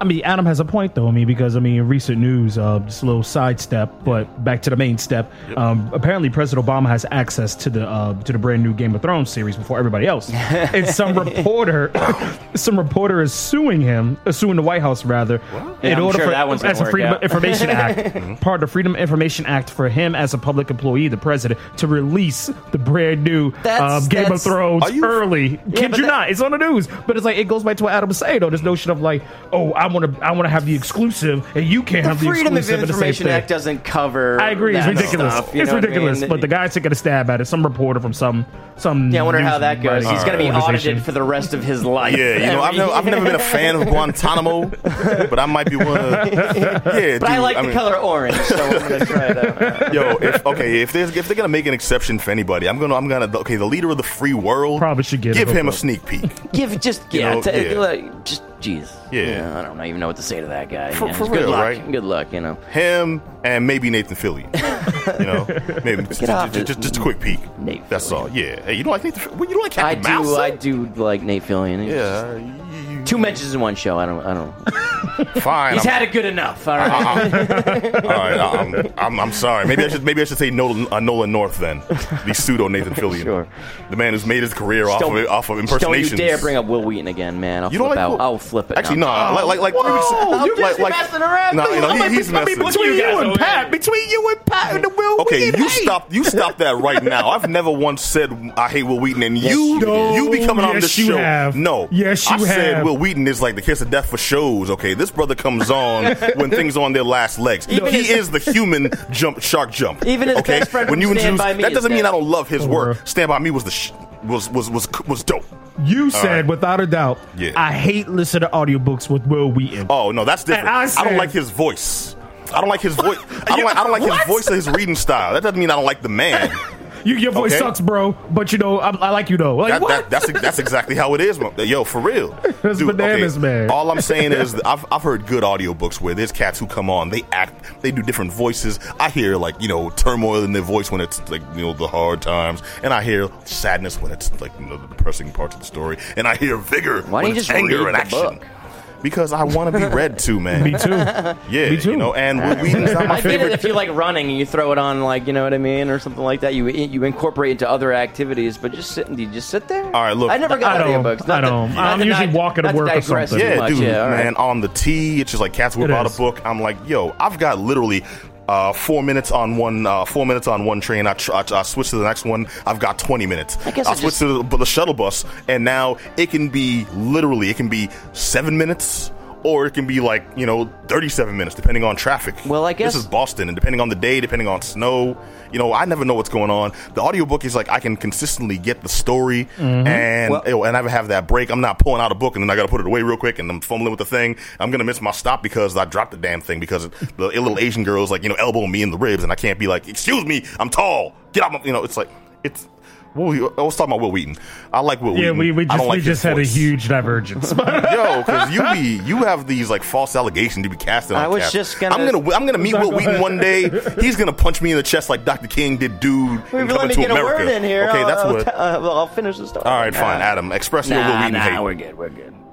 I mean, Adam has a point though. I mean, because I mean, in recent news, uh, just a little sidestep, but back to the main step. Um, apparently, President Obama has access to the uh, to the brand new Game of Thrones series before everybody else. and some reporter, some reporter is suing him, uh, suing the White House rather, Yeah, I'm sure that one's gonna as a work Freedom out. Information Act, part of the Freedom of Information Act for him as a public employee, the president, to release the brand new uh, That's- Game of that's- Thrones Are you- early. Kid but you that- not? It's on the news, but it's like it goes back to what Adam was saying though. This notion of like, oh, I want to, I want to have the exclusive, and you can't The have the Freedom of exclusive. and the same Information thing. Act doesn't cover. I agree. It's that ridiculous. stuff, you it's know what I mean? ridiculous. But the guy's taking a stab at it. Some reporter from some some. Yeah, I wonder how news uh, that goes. He's going to be organization. audited for the rest of his life. Yeah, you know, I've Every- never, I've never been a fan of Guantanamo, but I might be one. Of, yeah, dude, But I like the mean, color orange, so I'm going to try it out. Yo, if, okay, if they're if they're gonna make an exception for anybody, I'm gonna I'm gonna okay, the leader of the free world Probably should get give a him a hookup. sneak peek. Give just You yeah, know, t- yeah. Like, just jeez. Yeah. I don't know, even know what to say to that guy. For- you know. for good real, luck. right? Good luck, you know. Him and maybe Nathan Philly. You know, maybe just, off just, it. just, just a quick peek. Nate That's Fillion. all. Yeah. Hey, you don't like Nathan? Philly? Well, you don't like I Captain do, Mouse? I do like Nate Fillion. He's just- Yeah. you- you- Two mentions in one show. I don't. I don't. Fine. He's I'm- had it good enough. All right. All right, I'm, I'm, I'm sorry. Maybe I should maybe I should say Nolan, uh, Nolan North then, the pseudo Nathan Fillion, Sure. the man who's made his career off of off Just Don't of you impersonations. dare bring up Will Wheaton again, man. I'll You don't flip like out. Will- I'll flip it. Actually, no, now. like like like Whoa, like, you're like, just like messing around. No, you know, I he- mean, he's I mean, messing. between you and over Pat, between you and Pat and the Will Okay, Wheaton, you hey. stop. You stop that right now. I've never once said I hate Will Wheaton, and you No, you be coming on yes, this you show. have. No, Yes, you I said have. Will Wheaton is like the kiss of death for shows. Okay, this brother comes on when things are on their last legs. Even he his- is the human jump shark jump. Even his okay, best friend when from you Stand introduce By Me that is doesn't mean dead. I don't love his Or- work. Stand by me was the sh- was was was was dope. You said right. without a doubt, Yeah. I hate listening to audiobooks with Will Wheaton. Oh no, that's different. And I I, said- don't like his voice. I don't like his voice. I You- don't like, I don't like What? his voice or his reading style. That doesn't mean I don't like the man. you, your voice okay. sucks, bro, but you know, I, I like you though. Like, That, what? that, that's that's exactly how it is. mo- Yo, for real. That's bananas, man. All I'm saying is that I've, I've heard good audiobooks where there's cats who come on, they act, they do different voices. I hear like, you know, turmoil in their voice when it's like, you know, the hard times, and I hear sadness when it's like, you know, the depressing parts of the story, and I hear vigor Why when don't you it's just anger read and the action. book? Because I want to be read to, man. Me too. Yeah, Me too. you know, and Will Wheaton's not my I get it favorite. if you like running and you throw it on, like you know what I mean, or something like that. You you incorporate into other activities, but just sit. You just sit there. All right, look, I never I got don't- audiobooks. I don't. I'm usually walking to to work or digress something. too Yeah, much, dude, yeah, all right. man, on the tee, it's just like cats whip It out is. a book. I'm like, yo, I've got literally uh, four minutes on one, uh, four minutes on one train. I, tr- I, I switch to the next one. I've got 20 minutes. I guess I switch to the, but the shuttle bus, and now it can be literally, it can be seven minutes. Or it can be like you know, thirty-seven minutes, depending on traffic. Well, I guess- this is Boston, and depending on the day, depending on snow, you know, I never know what's going on. The audiobook is like I can consistently get the story, Mm-hmm. and Well- yo, and I have that break. I'm not pulling out a book and then I got to put it away real quick and I'm fumbling with the thing. I'm gonna miss my stop because I dropped the damn thing because the little Asian girl's like you know elbowing me in the ribs and I can't be like, excuse me, I'm tall, get out, my, you know. It's like it's. Well, we, I was talking about Will Wheaton. I like Will Yeah, Wheaton. we, we I just don't like we his just had a voice. huge divergence. yo, because you be you have these like false allegations to be casting. On I was cats. just gonna- I'm gonna I'm gonna meet Will Wheaton one day. He's gonna punch me in the chest like Dr. King did, dude. Wait, in let Coming me to get America. a word in here. Oh, Okay, I'll, that's I'll what. t- uh, well, I'll finish the story. All right, fine. Adam, express your Will Nah, Wheaton nah, hate. we're good. We're good.